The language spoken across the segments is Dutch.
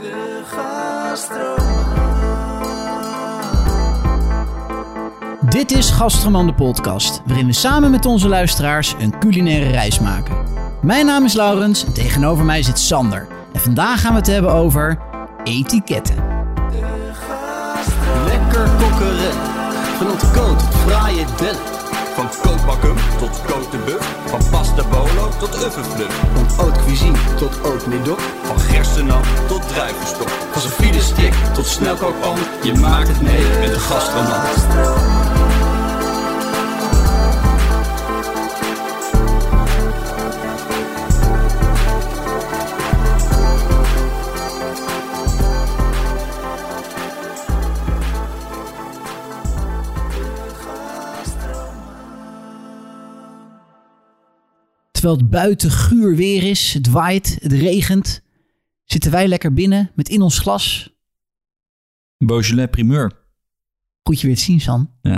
De gastroom. Dit is Gastroman de podcast, waarin we samen met onze luisteraars een culinaire reis maken. Mijn naam is Laurens en tegenover mij zit Sander. En vandaag gaan we het hebben over etiketten. Lekker kokkeren. Van ontkoot tot fraaie dellen. Van kookbakken tot kotenbuf. Van pasta bolo tot uffenfluff. Van oud cuisine tot oud middag. Van gerstenap tot druivenstok. Van saffiede stick tot snelkookpan. Je maakt het mee met de gastronom. Terwijl het buiten guur weer is, het waait, het regent, zitten wij lekker binnen met in ons glas. Beaujolais primeur. Goed je weer te zien, San. Ja.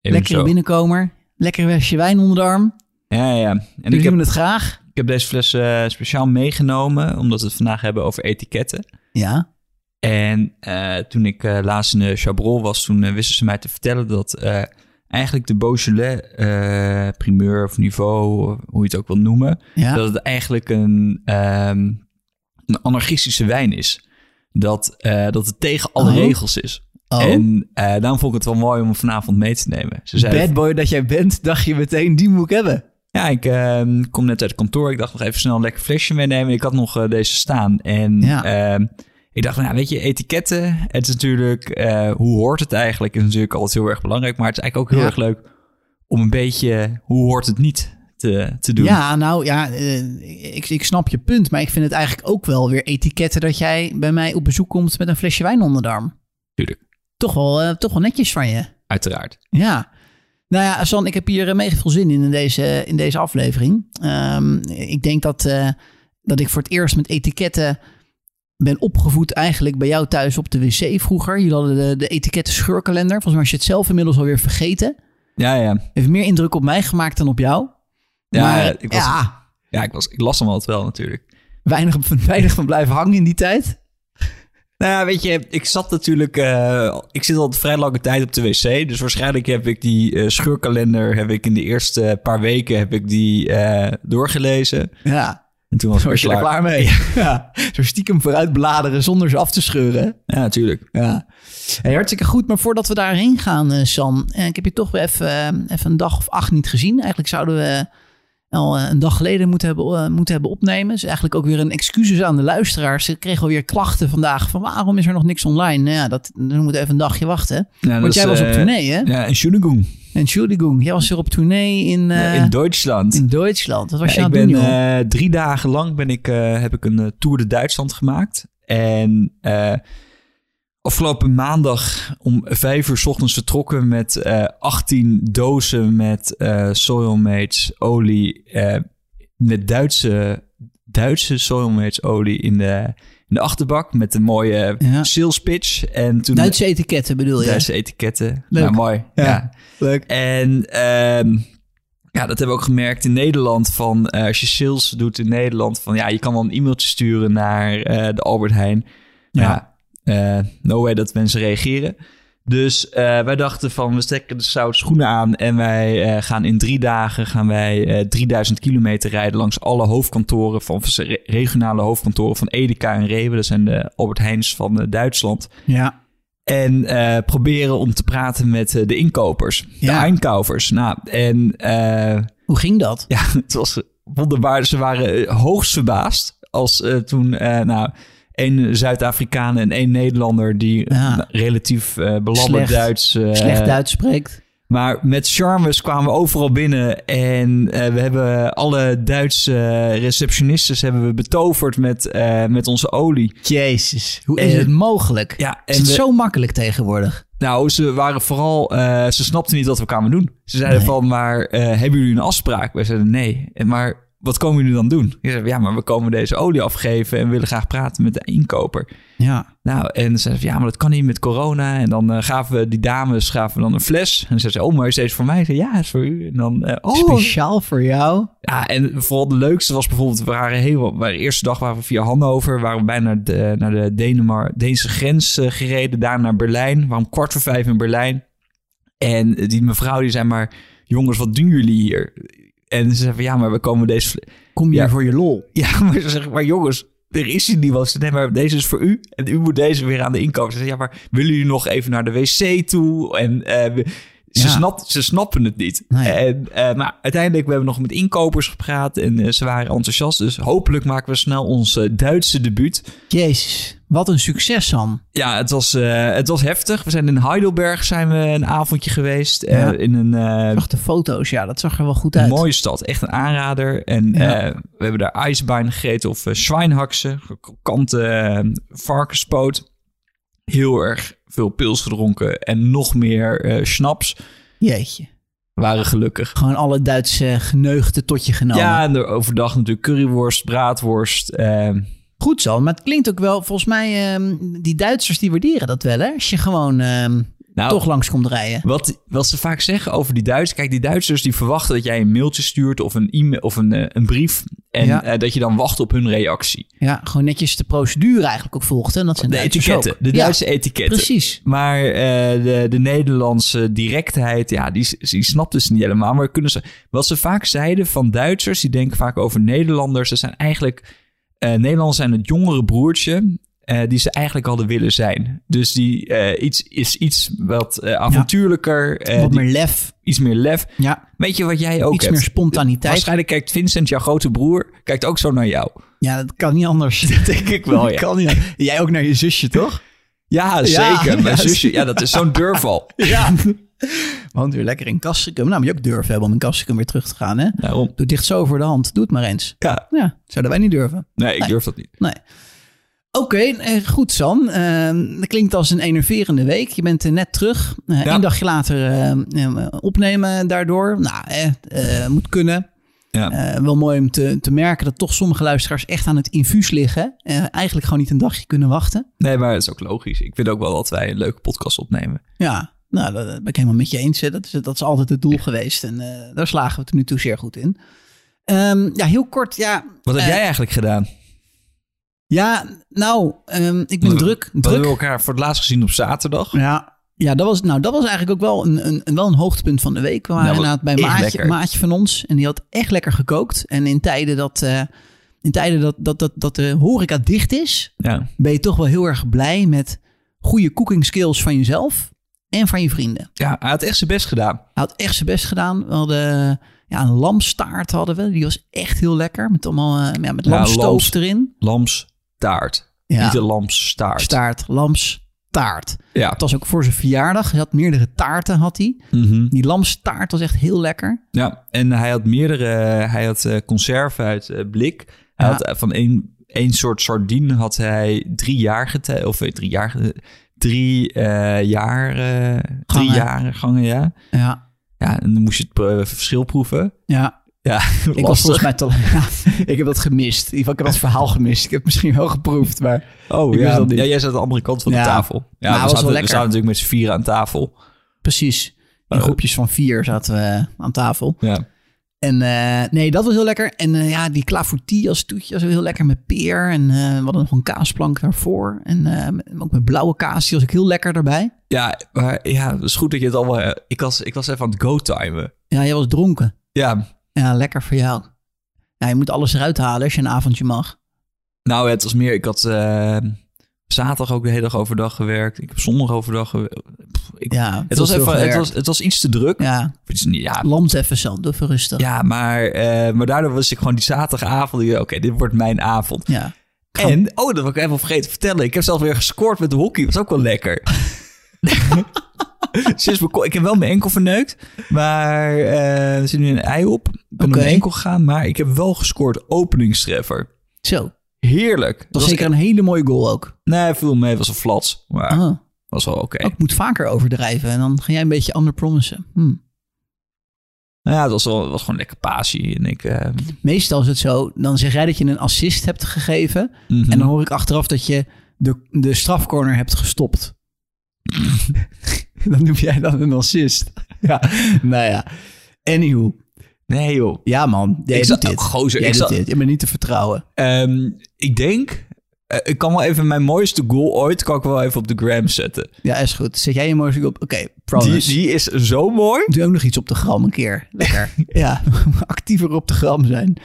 Lekkere Evenzo. binnenkomer, lekker wesje wijn onder de arm. Ja, ja. En Jullie ik heb, doen het graag. ik heb deze fles eh, speciaal meegenomen, omdat we het vandaag hebben over etiketten. Ja, En eh, toen ik eh, laatst in de Chabrol was, toen eh, wisten ze mij te vertellen dat eh, eigenlijk de Beaujolais eh, primeur of niveau, hoe je het ook wil noemen, ja. dat het eigenlijk een, ehm, een anarchistische wijn is. Dat, eh, dat het tegen alle Oh. regels is. Oh, En eh, daarom vond ik het wel mooi om hem vanavond mee te nemen. Ze zeiden bad boy dat jij bent, dacht je meteen, die moet ik hebben. Ja, ik ehm, kom net uit het kantoor. Ik dacht nog even snel een lekker flesje meenemen. Ik had nog eh, deze staan. En Ja. ehm, ik dacht, nou weet je, etiketten. Het is natuurlijk, eh, hoe hoort het eigenlijk? Is natuurlijk altijd heel erg belangrijk. Maar het is eigenlijk ook heel Ja. erg leuk om een beetje, hoe hoort het niet te, te doen. Ja, nou ja, eh, ik, ik snap je punt, maar ik vind het eigenlijk ook wel weer etiketten dat jij bij mij op bezoek komt met een flesje wijn onder de arm. Tuurlijk. Toch wel, eh, toch wel netjes van je. Uiteraard. Ja. Nou ja, San, ik heb hier eh, mega veel zin in, in deze, in deze aflevering. Ehm, ik denk dat, eh, dat ik voor het eerst met etiketten ben opgevoed eigenlijk bij jou thuis op de wc vroeger. Jullie hadden de, de etiketten scheurkalender. Volgens mij was je het zelf inmiddels alweer vergeten. Ja, ja. Heeft meer indruk op mij gemaakt dan op jou. Ja, Maar, ik, was, ja. ja, ik, was, ik las hem altijd wel natuurlijk. weinig, weinig van blijven hangen in die tijd. Nou ja, weet je, ik zat natuurlijk. eh, ik zit al vrij lange tijd op de wc. Dus waarschijnlijk heb ik die eh, scheurkalender. Heb ik in de eerste paar weken heb ik die eh, doorgelezen. Ja, En toen was, ik was je weer er klaar mee. Ja. Zo stiekem vooruit bladeren zonder ze af te scheuren. Ja, natuurlijk. Ja. Hey, hartstikke goed, maar voordat we daarheen gaan, eh, Sam. eh, ik heb je toch weer even, eh, even een dag of acht niet gezien. Eigenlijk zouden we al eh, een dag geleden moeten hebben, eh, moeten hebben opnemen. Dus eigenlijk ook weer een excuses aan de luisteraars. Ik kreeg alweer klachten vandaag van waarom is er nog niks online? Nou ja, dat, dan moeten we even een dagje wachten. Ja, dat Want jij is, was op eh, tournee, hè? Ja, in Schönegung. Entschuldigung, jij was weer op tournee in, eh, in Duitsland. in Duitsland. Wat was je Ja, ik aan het ben doen, joh? eh, drie dagen lang ben ik, eh, heb ik een eh, tour de Duitsland gemaakt. En eh, afgelopen maandag om vijf uur 's ochtends vertrokken met eh 18 dozen met eh soilmates olie. eh, met Duitse, Duitse soilmates olie in de, in de achterbak. Met een mooie eh, Ja. sales pitch. En toen Duitse etiketten bedoel je? Duitse etiketten. Leuk. Nou, mooi. Ja. ja. Leuk. En ehm, ja, dat hebben we ook gemerkt in Nederland. Van, eh, als je sales doet in Nederland, van ja, je kan wel een e-mailtje sturen naar eh, de Albert Heijn. Ja, eh, no way dat mensen reageren. Dus eh, wij dachten van, we stekken de zout schoenen aan en wij eh, gaan in drie dagen gaan wij, eh, 3000 kilometer rijden langs alle hoofdkantoren van re- regionale hoofdkantoren van Edeka en Rewe. Dat zijn de Albert Heijns van eh, Duitsland. Ja. En eh, proberen om te praten met eh, de inkopers, Ja. de einkaufers. Nou, en eh, Hoe ging dat? ja, het was wonderbaar. Ze waren eh, hoogst verbaasd als eh, toen, eh, nou, één Zuid-Afrikaan en één Nederlander die Ja. nou, relatief eh belabberd Slecht. Duits... eh, Slecht Duits spreekt. maar met charmes kwamen we overal binnen. En eh, we hebben alle Duitse eh, receptionistes hebben we betoverd met, eh, met onze olie. Jezus, hoe is En- het mogelijk? Ja, is het we- zo makkelijk tegenwoordig? Nou, ze waren vooral, eh, ze snapten niet wat we kwamen doen. Ze zeiden Nee. van, maar eh, hebben jullie een afspraak? Wij zeiden nee. En Maar wat komen jullie dan doen? Ik zei, ja, maar we komen deze olie afgeven en willen graag praten met de inkoper. Ja. Nou, en ze zei, ja, maar dat kan niet met corona. En dan eh, gaven we die dames gaven we dan een fles. En ze zei, oh, maar is deze voor mij? Ik zei, ja, is voor u. En dan, eh, oh, Speciaal voor jou. ja, en vooral de leukste was bijvoorbeeld, we waren heel, wat- maar de eerste dag waren we via Hannover, waren we bijna naar de, naar de Denemar, Deense grens eh, gereden, daarna naar Berlijn, waarom kwart voor vijf in Berlijn. En die mevrouw die zei maar, jongens, wat doen jullie hier? En ze zei van, ja, maar we komen deze... vle- Kom je Ja. hier voor je lol. Ja, maar ze zegt, maar jongens, er is hier niemand. Ze zei, nee, maar deze is voor u en u moet deze weer aan de inkoper. Ze zei, ja, maar willen jullie nog even naar de wc toe? En eh, we- ze, Ja. snapt, ze snappen het niet. Nee. En, eh, maar uiteindelijk, we hebben nog met inkopers gepraat en eh, ze waren enthousiast. Dus hopelijk maken we snel ons eh, Duitse debuut. Jezus, wat een succes, Sam. Ja, het was, eh, het was heftig. We zijn in Heidelberg zijn we een avondje geweest. eh, Ja. in een eh, Wacht, de foto's, ja, dat zag er wel goed uit. mooie stad. Echt een aanrader. En Ja. eh, we hebben daar ijsbein gegeten of eh zwijnhaksen. Gekante varkenspoot. Heel erg veel pils gedronken. En nog meer eh, schnaps. Jeetje. We waren gelukkig. Gewoon alle Duitse geneugten tot je genomen. Ja, en er overdag natuurlijk curryworst, braadworst. eh, Goed zo, maar het klinkt ook wel, volgens mij, ehm, die Duitsers die waarderen dat wel, hè? Als je gewoon ehm, nou, toch langs komt rijden. Wat, wat ze vaak zeggen over die Duitsers. Kijk, die Duitsers die verwachten dat jij een mailtje stuurt of een, e-mail, of een, eh, een brief. En Ja. eh, dat je dan wacht op hun reactie. Ja, gewoon netjes de procedure eigenlijk ook volgt. En dat zijn De Duitsers etiketten. ook. De Ja, Duitse etiketten. Precies. Maar eh, de, de Nederlandse directheid, ja, die, die snapten ze niet helemaal. Maar kunnen ze, wat ze vaak zeiden van Duitsers, die denken vaak over Nederlanders. Dat zijn eigenlijk, eh, Nederlanders zijn het jongere broertje eh, die ze eigenlijk hadden willen zijn. Dus die eh, iets, is iets wat eh, avontuurlijker, eh, Wat die- meer lef. iets meer lef. Ja, Weet je wat jij ook iets hebt? meer spontaniteit. Waarschijnlijk kijkt Vincent, jouw grote broer, kijkt ook zo naar jou. Ja, dat kan niet anders. Dat Denk ik wel, ja. kan niet anders. Jij ook naar je zusje, toch? Ja, Ja. zeker. Mijn Ja, zusje, ja, dat is zo'n deurval. Ja. Woont weer lekker in Kastrikum. Nou, moet je ook durven hebben om in Kastrikum weer terug te gaan, hè? Daarom. Doe dicht zo voor de hand. Doe het maar eens. Ja, Ja, zouden wij niet durven. nee, ik durf dat niet. Nee. Oké, eh, goed Sam. Eh, dat klinkt als een enerverende week. Je bent er net terug. Eh Ja. Eén dagje later eh, eh, opnemen daardoor. Nou, eh, eh, moet kunnen. Ja. Eh, wel mooi om te, te merken dat toch sommige luisteraars echt aan het infuus liggen. Eh, eigenlijk gewoon niet een dagje kunnen wachten. Nee, maar het is ook logisch. Ik vind ook wel dat wij een leuke podcast opnemen. Ja, nou, dat, dat ben ik helemaal met je eens. hè. Dat is, dat is altijd het doel geweest. En eh, daar slagen we tot nu toe zeer goed in. Ehm, ja, heel kort. Ja, Wat heb Eh, jij eigenlijk gedaan? ja nou, ehm, ik ben Wat- druk. We druk. hebben elkaar voor het laatst gezien op zaterdag. Ja, ja dat, was, nou, dat was eigenlijk ook wel een, een, een- wel een hoogtepunt van de week. We waren Nou, wat inderdaad bij echt maatje, lekker. maatje van ons en die had echt lekker gekookt. En in tijden dat, eh, in tijden dat, dat, dat, dat de horeca dicht is, Ja. ben je toch wel heel erg blij met goede cooking skills van jezelf en van je vrienden. ja, hij had echt zijn best gedaan. Hij had echt zijn best gedaan. We hadden ja, een lamstaart hadden we. Die was echt heel lekker. Met allemaal eh, ja, met Ja, lamsstoof lams- erin. Lamstaart. Ja. Niet de lamstaart. Staart, lamstaart. Ja. Het was ook voor zijn verjaardag. Hij had meerdere taarten, had hij. Mhm. Die lamstaart was echt heel lekker. ja. En hij had meerdere... Hij had eh, conserven uit eh, blik. Hij Ja. had eh, van één, één soort sardine had hij drie jaar geteld. Of eh, drie jaar... gete- Drie eh jaar... eh, drie Gangen. jaren gangen, ja. Ja, Ja, en dan moest je het eh, verschil proeven. ja. Ja, Ik was volgens mij te ja, Ik heb dat gemist. In ieder geval, ik heb dat verhaal gemist. Ik heb het misschien wel geproefd, maar... Oh Ik wist ja. dat niet. ja, jij zat aan de andere kant van Ja. Nou, de tafel. Ja, was we, wel zaten, we lekker. zaten natuurlijk met z'n vieren aan tafel. Precies. In groepjes van vier zaten we aan tafel. Ja, En eh, nee, dat was heel lekker. En eh, ja, die clafoutie als toetje was heel lekker met peer. En eh, we hadden nog een kaasplank daarvoor. En eh, met- ook met blauwe kaas, die was ook heel lekker daarbij. ja, maar, ja het is goed dat je het allemaal... eh, Ik was, ik was even aan het go-timen. Ja, jij was dronken. Ja, Ja, lekker voor jou. Ja, je moet alles eruit halen als je een avondje mag. nou het was meer... Ik had eh, zaterdag ook de hele dag overdag gewerkt. Ik heb zondag overdag gewerkt. Pff, ik- Ja, het, was veel even, het, gewerkt. was, het was iets te druk. Ja, Of iets- Ja, lams even zo, doe even rustig. ja maar, eh, maar daardoor was ik gewoon die zaterdagavond... die, Oké, dit wordt mijn avond. ja. En, oh, dat wil ik even vergeten te vertellen. Ik heb zelf weer gescoord met de hockey. was ook wel lekker. Sinds mijn ko- ik heb wel mijn enkel verneukt. Maar eh, er zit nu een ei op. Ik ben Oké. op mijn enkel gegaan. Maar ik heb wel gescoord openingstreffer. Zo, dat Heerlijk. Dat e- was zeker een hele mooie goal ook. Nee, viel mee. Het was een flats. Maar Ah, was wel oké. Hmm. oh, ik moet vaker overdrijven en dan ga jij een beetje underpromissen. Hm. Nou ja, het was, wel, was gewoon lekker passie. En ik, eh, Meestal is het zo, dan zeg jij dat je een assist hebt gegeven. Hmm. mhm. En dan hoor ik achteraf dat je de, de strafcorner hebt gestopt. dan noem jij dan een assist. ja, nou ja. Anyhow. nee joh. Ja man, jij Ik doet zat- dit. gozer, jij ik doet zat- dit. Je bent niet te vertrouwen. Ehm, ik denk, eh, ik kan wel even mijn mooiste goal ooit, kan ik wel even op de gram zetten. Ja, is goed. Zet jij je motion op? Oké, Die, promise. die is zo mooi. Doe ook nog iets op de gram een keer. Lekker. ja, actiever op de gram zijn.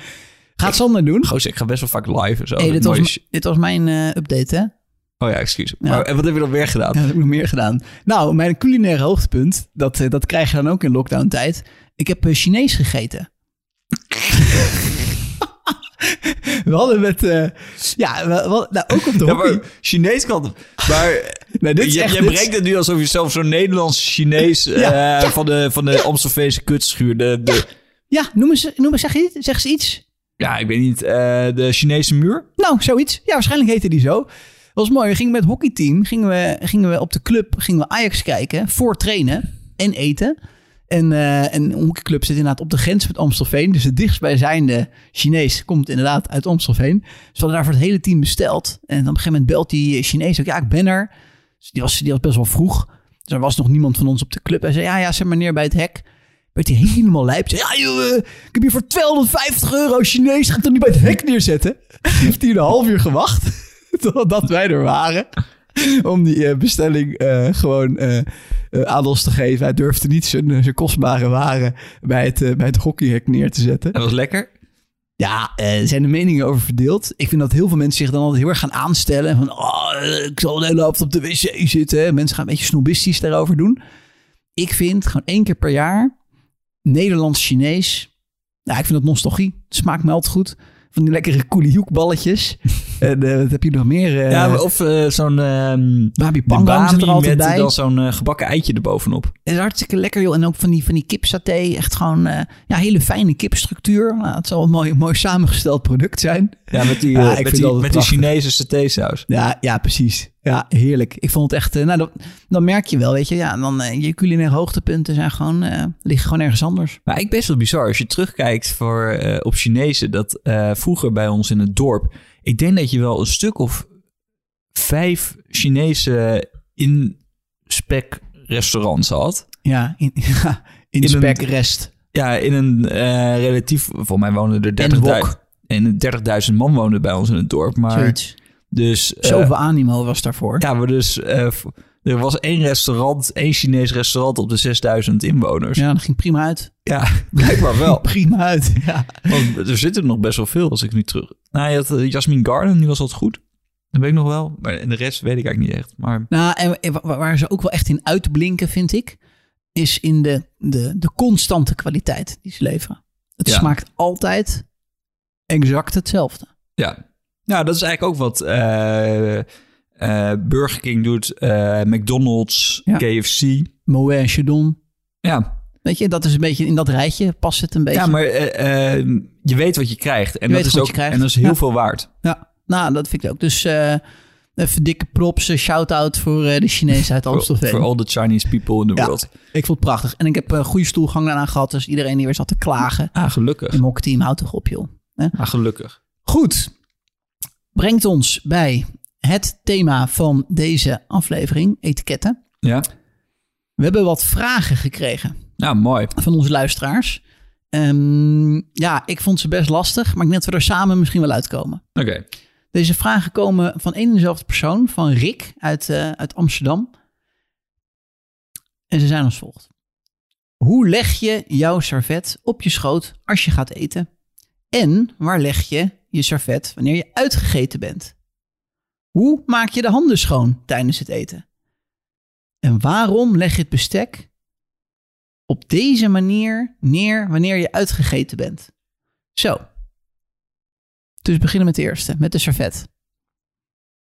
Gaat Sander doen? Gozer, ik ga best wel vaak live en zo. Hey, Dat dit, mooie was, sh- m- dit was mijn eh, update, hè? Oh ja, excuus. Ja. Maar, en wat heb je dan weer gedaan? Ja, dat heb ik nog meer gedaan. Nou, mijn culinaire hoogtepunt, dat, eh, dat krijg je dan ook in lockdown tijd. Ik heb eh, Chinees gegeten. we hadden met... eh, ja, we, we- nou, ook op de Ja, hockey. maar Chinees kan... Maar Nee, dit is je, echt- jij dit is- brengt het nu alsof je zelf zo'n Nederlands-Chinees eh, Ja, ja, van de, van de Amstelveense kutschuur... De, de, ja. Ja, noem eens, noem eens, zeg, iets- zeg eens iets. ik weet niet, eh, de Chinese muur? Nou, zoiets. Ja, waarschijnlijk heette die zo. Dat was mooi. We gingen met het hockeyteam gingen we, gingen we op de club gingen we Ajax kijken voor trainen en eten. En, eh en een hockeyclub zit inderdaad op de grens met Amstelveen. Dus het dichtstbijzijnde Chinees komt inderdaad uit Amstelveen. Dus we hadden daar voor het hele team besteld. En op een gegeven moment belt die Chinees ook, ja, ik ben er. Dus die was, die was best wel vroeg. Dus er was nog niemand van ons op de club. Hij zei, ja, ja, zet maar neer bij het hek. Werd hij helemaal lijp. Zei, ja, joh, eh, ik heb hier voor 250 euro Chinees. Ga het toch niet bij het hek neerzetten? Heeft hij een half uur gewacht totdat wij er waren. Om die eh, bestelling eh, gewoon eh, eh, aan ons te geven. Hij durfde niet zijn, zijn kostbare waren bij het, eh, bij het hockeyhek neer te zetten. Dat was lekker. Ja, eh, er zijn de meningen over verdeeld. Ik vind dat heel veel mensen zich dan altijd heel erg gaan aanstellen. Van, oh, eh, ik zal de hele avond op de wc zitten. Mensen gaan een beetje snobistisch daarover doen. Ik vind gewoon één keer per jaar Nederlands-Chinees. Nou, ik vind dat nostalgie. Het smaakt me altijd goed. Van die lekkere koeliehoekballetjes. en eh, wat heb je nog meer? eh ja, maar of eh, zo'n... ehm Babi de Pangang zit er bami altijd met bij. dan zo'n eh, gebakken eitje erbovenop. Het is hartstikke lekker, joh. En ook van die, van die kipsaté. Echt gewoon eh, ja, hele fijne kipstructuur. Nou, het zal een mooi, mooi samengesteld product zijn. Ja, met die, Ja, eh, ik met vind die, dat met die prachtig. Chinese satésaus. Ja, ja, precies. Ja, heerlijk. Ik vond het echt... eh, nou, dat- dan merk je wel, weet je. Ja, dan, eh, je culinaire hoogtepunten zijn gewoon, eh, liggen gewoon ergens anders. Maar ik best wel bizar als je terugkijkt voor, eh, op Chinezen. Dat eh, vroeger bij ons in het dorp. Ik denk dat je wel een stuk of vijf Chinese in-spec-restaurants had. Ja, in, ja, in, een- spekrest. Ja, in een eh, relatief. Voor mij woonden er 30.000. wok. En 30.000 man woonden bij ons in het dorp. Maar Zoiets. dus. eh, Zoveel animo was daarvoor. ja, maar dus. eh, v- er was één restaurant, één Chinees restaurant op de 6000 inwoners. Ja, Ja, dat ging prima uit. blijkbaar wel. Prima uit, ja. Want Oh, er zitten er nog best wel veel als ik nu terug. Nou, je had eh, Jasmine Garden, die was altijd goed. Dat weet ik nog wel. Maar en de rest weet ik eigenlijk niet echt. Maar Nou, en wa- wa- waar ze ook wel echt in uitblinken, vind ik, is in de, de, de constante kwaliteit die ze leveren. Het Ja. smaakt altijd exact hetzelfde. ja. Nou, dat is eigenlijk ook wat eh, eh, Burger King doet. eh, McDonald's, Ja. KFC. Moët en Chandon. Ja, Weet je, dat is een beetje in dat rijtje past het een beetje. ja maar eh, eh, je weet wat je krijgt. En, Je dat weet is wat ook, je krijgt. en dat is heel Ja. veel waard. Ja, nou, dat vind ik ook. Dus eh, even dikke props, eh, shout-out voor eh, de Chinezen uit Voor Amstelveen. voor all the Chinese people in the Ja. world. Ik vond het prachtig. En ik heb eh, een goede stoelgang daarna gehad, dus iedereen die weer zat te klagen. Ah, gelukkig. Een hockeyteam, houd toch op, joh. Ah, gelukkig. Goed, brengt ons bij het thema van deze aflevering, etiketten. Ja. We hebben wat vragen gekregen Nou, mooi. van onze luisteraars. Ehm, ja, ik vond ze best lastig, maar ik denk dat we er samen misschien wel uitkomen. Oké. Deze vragen komen van één en dezelfde persoon, van Rick uit, eh, uit Amsterdam. En ze zijn als volgt. Hoe leg je jouw servet op je schoot als je gaat eten? En waar leg je je servet wanneer je uitgegeten bent? Hoe maak je de handen schoon tijdens het eten? En waarom leg je het bestek op deze manier neer wanneer je uitgegeten bent? Zo. Dus we beginnen met de eerste, met de servet.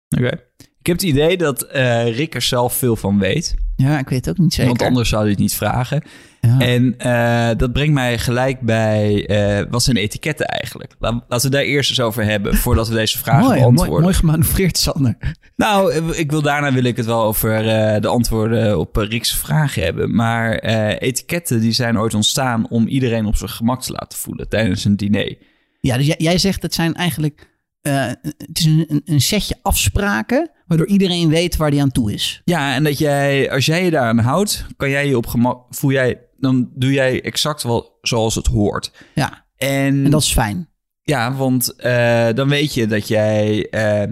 Oké. Ik heb het idee dat eh, Rick er zelf veel van weet. Ja, ik weet het ook niet zeker. Want anders zou hij het niet vragen. Ja. En eh, dat brengt mij gelijk bij... eh, wat zijn etiketten eigenlijk? Laat- Laten we daar eerst eens over hebben... voordat we deze vragen mooi, mooi, beantwoorden. mooi gemanoeuvreerd, Sander. Nou, eh, ik wil, daarna wil ik het wel over eh, de antwoorden op eh, Rick's vragen hebben. Maar eh, etiketten die zijn ooit ontstaan... om iedereen op zijn gemak te laten voelen tijdens een diner. Ja, dus jij, jij zegt het zijn eigenlijk... eh, het is een, een- een setje afspraken... waardoor iedereen weet waar die aan toe is. Ja, en dat jij, als jij je daaraan houdt, kan jij je op gemak, voel jij, dan doe jij exact wel zoals het hoort. Ja, En, en dat is fijn. ja, want eh, dan weet je dat jij eh,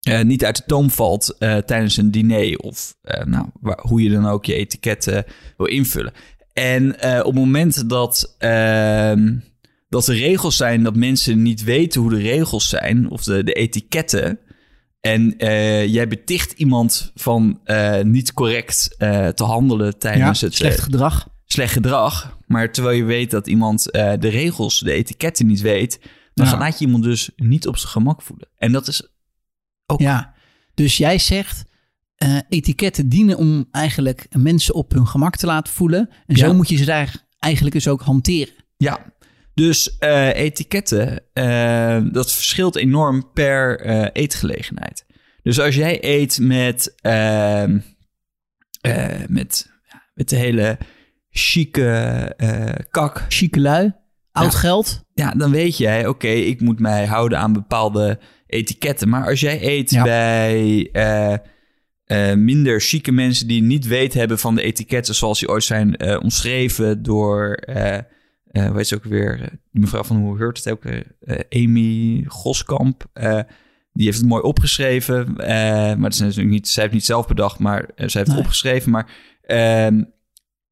eh, niet uit de toom valt eh, tijdens een diner of eh, nou, waar- hoe je dan ook je etiketten wil invullen. En eh, op het moment dat, ehm, dat er regels zijn, dat mensen niet weten hoe de regels zijn of de, de etiketten. En eh, jij beticht iemand van eh, niet correct eh, te handelen tijdens het eh, slecht gedrag. slecht gedrag. Maar terwijl je weet dat iemand eh, de regels, de etiketten niet weet, dan Ja. gaat- laat je iemand dus niet op zijn gemak voelen. En dat is. Ja, dus jij zegt eh, etiketten dienen om eigenlijk mensen op hun gemak te laten voelen. En Ja. zo moet je ze daar eigenlijk dus ook hanteren. Ja. Dus eh, etiketten, eh, dat verschilt enorm per eh, eetgelegenheid. Dus als jij eet met, eh, eh, met, ja, met de hele chique eh, kak, Chique lui, oud geld. ja, dan weet jij, oké, ik moet mij houden aan bepaalde etiketten. Maar als jij eet Ja. bij eh, eh, minder chique mensen die niet weet hebben van de etiketten zoals die ooit zijn eh, omschreven door, eh eh, hoe heet ze ook weer, eh, die mevrouw van hoe heurt het ook, eh, eh, Amy Goskamp. eh, die heeft het mooi opgeschreven, eh, maar het is natuurlijk niet, zij heeft het niet zelf bedacht, maar eh, zij heeft het Nee. opgeschreven. Maar ehm,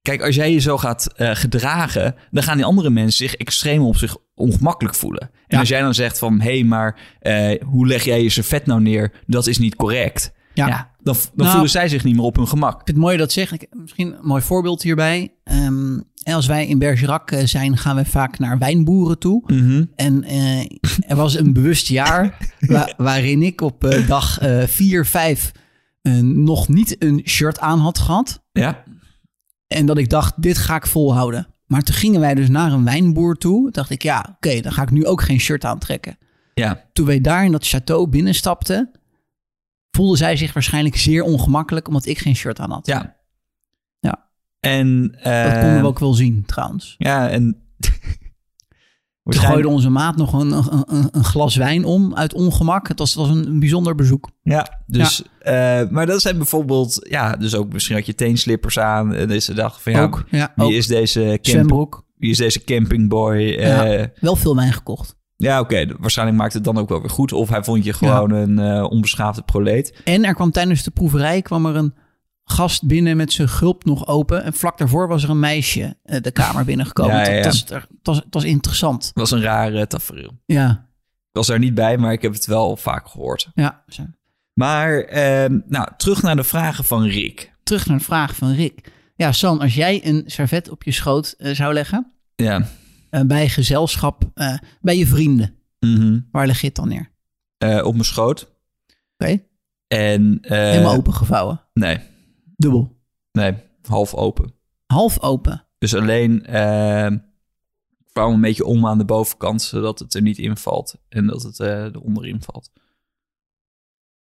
Kijk, als jij je zo gaat eh, gedragen, dan gaan die andere mensen zich extreem op zich ongemakkelijk voelen. En Ja. als jij dan zegt van, hé, hey, maar eh, hoe leg jij je servet nou neer? Dat is niet correct. Ja, dan, v- dan Nou. voelen zij zich niet meer op hun gemak. Ik vind het mooi dat zeg. Ik, misschien een mooi voorbeeld hierbij. Ehm, en als wij in Bergerac eh, zijn, gaan wij vaak naar wijnboeren toe. En eh, er was een bewust jaar wa- waarin ik op eh, dag 4, 5 nog niet een shirt aan had gehad. Ja, En dat ik dacht, dit ga ik volhouden. Maar toen gingen wij dus naar een wijnboer toe. Toen dacht ik, ja, oké, dan ga ik nu ook geen shirt aantrekken. ja, Toen wij daar in dat château binnenstapten, voelde zij zich waarschijnlijk zeer ongemakkelijk omdat ik geen shirt aan had. ja. Ja. En... eh, Dat konden we ook wel zien trouwens. Ja, en... Toen Waarschijn- gooide onze maat nog een, een, een- een glas wijn om uit ongemak. Het was, het was een, een bijzonder bezoek. Ja, dus... eh, maar dat zijn bijvoorbeeld... Ja, dus ook misschien had je teenslippers aan. En is de dag van, ja, ook, ja, wie, ook. Is deze camp, zwembroek. wie is deze campingboy? eh, Wel veel wijn gekocht. Ja, oké. d- Waarschijnlijk maakt het dan ook wel weer goed. Of hij vond je gewoon een eh, onbeschaafde proleet. En er kwam tijdens de proeverij kwam er een gast binnen met zijn gulp nog open. En vlak daarvoor was er een meisje eh, de kamer binnengekomen. Ja, ja, ja. Dat, was, dat was, dat was interessant. Dat was een rare tafereel. Ik Ja, was daar niet bij, maar ik heb het wel vaak gehoord. ja. Zo. Maar ehm, nou, terug naar de vragen van Rick. Terug naar de vraag van Rick. Ja, San, als jij een servet op je schoot eh, zou leggen Ja. eh, bij gezelschap, eh, bij je vrienden, Mhm. waar leg je het dan neer? Eh, op mijn schoot. Oké, Eh, En, eh, helemaal opengevouwen. Nee, Dubbel. nee, half open. Half open. Dus alleen ehm, ik vouw hem een beetje om aan de bovenkant, zodat het er niet invalt en dat het eh eronder invalt.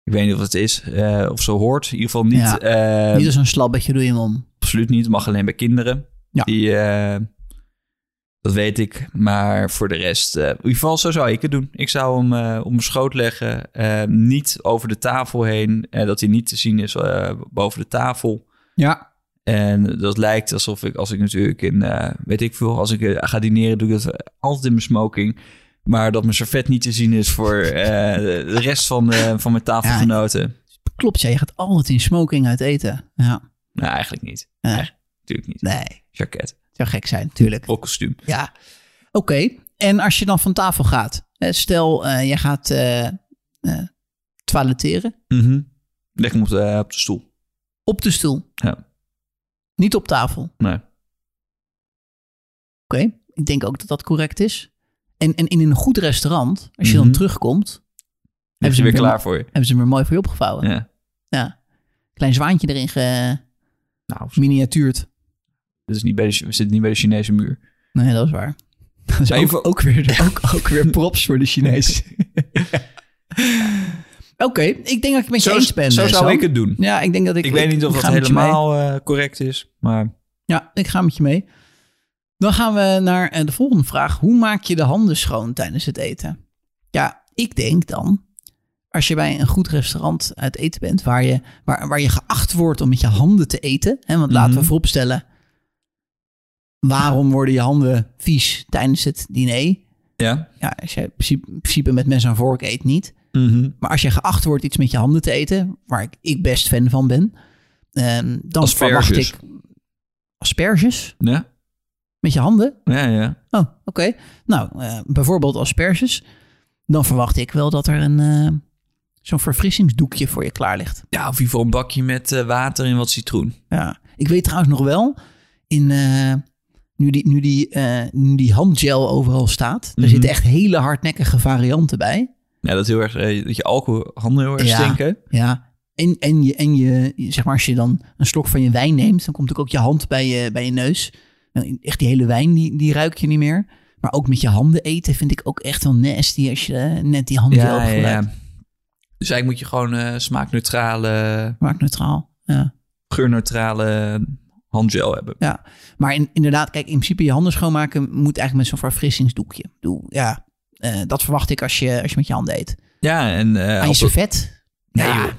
Ik weet niet of het is eh, of zo hoort. In ieder geval niet Ja. eh, Niet als een slabbetje doe je hem om. absoluut niet. Het mag alleen bij kinderen. Ja. Die, eh, dat weet ik. Maar voor de rest, eh, in ieder geval, zo zou ik het doen. Ik zou hem eh, op mijn schoot leggen. eh, niet over de tafel heen. eh, dat hij niet te zien is eh, boven de tafel. Ja. En dat lijkt alsof ik, als ik natuurlijk in, eh, weet ik veel, als ik eh, ga dineren, doe ik dat eh, altijd in mijn smoking. Maar dat mijn servet niet te zien is voor eh, de rest van, eh, van mijn tafelgenoten. Klopt, jij gaat altijd in smoking uit eten. Ja. Nou, eigenlijk niet. Eh, Natuurlijk niet. nee, Jacket, het zou gek zijn, natuurlijk. rokkostuum. Ja, oké. En als je dan van tafel gaat, hè, stel eh jij gaat eh, eh, toiletteren Mhm. Leg hem op de, eh, op de stoel. op de stoel, Ja. niet op tafel. Oké, Nee. ik denk ook dat dat correct is. En, en in een goed restaurant, als je Mhm. dan terugkomt, Hebben ze ze weer weer klaar voor je. Hebben ze hem er mooi voor je opgevouwen. Ja. Ja. Klein zwaantje erin Nou, geminiatuurd. dat is niet bij de, we zitten niet bij de Chinese muur. Nee, dat is waar. Dat is Maar ook, even- ook weer, ook, ook weer props voor de Chinezen. Oké, ik denk dat ik het met je Zo, eens ben. zo eh, zou Sam. ik het doen. Ja, ik denk dat ik... Ik, weet niet of ik dat ga met je mee. helemaal eh, correct is, maar Ja, ik ga met je mee. Dan gaan we naar eh, de volgende vraag. Hoe maak je de handen schoon tijdens het eten? Ja, ik denk dan... Als je bij een goed restaurant uit eten bent... waar je, waar, waar je geacht wordt om met je handen te eten... Hè, want laten we Mhm. vooropstellen... waarom worden je handen vies tijdens het diner? ja. Ja, als je in principe- in principe met mes en vork eet niet... Mhm. Maar als je geacht wordt iets met je handen te eten, waar ik, ik best fan van ben, ehm, dan Asperges. verwacht ik asperges ja. met je handen. Ja, ja. Oh, oké. Nou, eh, bijvoorbeeld asperges. Dan verwacht ik wel dat er een eh, zo'n verfrissingsdoekje voor je klaar ligt. Ja, of in ieder geval een bakje met eh, water en wat citroen. Ja. Ik weet trouwens nog wel, in, eh, nu, die, nu, die, eh, nu die handgel overal staat, er Mhm. zitten echt hele hardnekkige varianten bij. Ja, dat is heel erg, eh, dat je alcohol handen heel erg Ja. stinken. Ja, en, en, je, en je, zeg maar, als je dan een slok van je wijn neemt, dan komt natuurlijk ook je hand bij je, bij je neus. Nou, Echt die hele wijn, die, die ruik je niet meer. Maar ook met je handen eten vind ik ook echt wel nasty als je eh, net die handen hebt gebruikt. Dus eigenlijk moet je gewoon eh, smaakneutrale, Maakt neutraal. Ja. geurneutrale handgel hebben. Maar in, inderdaad, kijk, in principe je handen schoonmaken moet eigenlijk met zo'n verfrissingsdoekje. Ik bedoel, ja, eh, dat verwacht ik als je, als je met je handen eet. Ja, en eh, Aan je als het- servet? Nee, Ja. joh.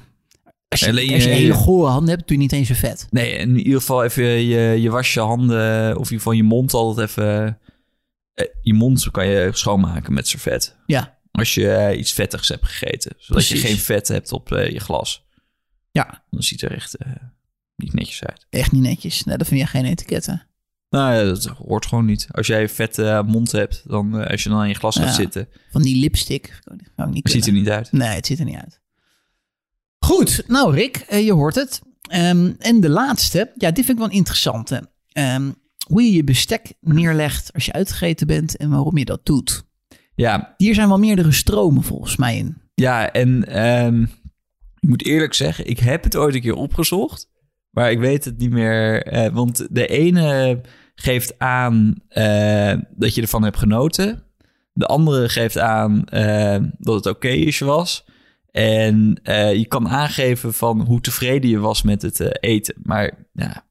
Als je, Alleen eh, als je je- hele gore handen hebt, doe je niet eens een vet. Nee, in ieder geval even je, je was je handen, of in ieder geval je mond altijd even... eh, Je mond kan je schoonmaken met servet. Ja. Als je eh, iets vettigs hebt gegeten. Zodat je Precies. geen vet hebt op eh, je glas. Ja. Dan ziet er echt eh, niet netjes uit. Echt niet netjes. Nee, dat vind je geen etiketten. Nou ja, dat hoort gewoon niet. Als jij een vette mond hebt, dan eh, als je dan aan je glas Ja. gaat zitten, Van die lipstick. Kan ik niet ziet er niet uit. Nee, het ziet er niet uit. Goed, nou Rick, eh, je hoort het. Ehm, en de laatste, ja, dit vind ik wel een interessante. Ehm, hoe je je bestek neerlegt als je uitgegeten bent en waarom je dat doet. Ja, Hier zijn wel meerdere stromen volgens mij in. Ja, en ehm, ik moet eerlijk zeggen, ik heb het ooit een keer opgezocht, maar ik weet het niet meer. eh, want de ene geeft aan eh, dat je ervan hebt genoten. De andere geeft aan eh, dat het oké is was. En eh, je kan aangeven van hoe tevreden je was met het eh, eten. Maar ja,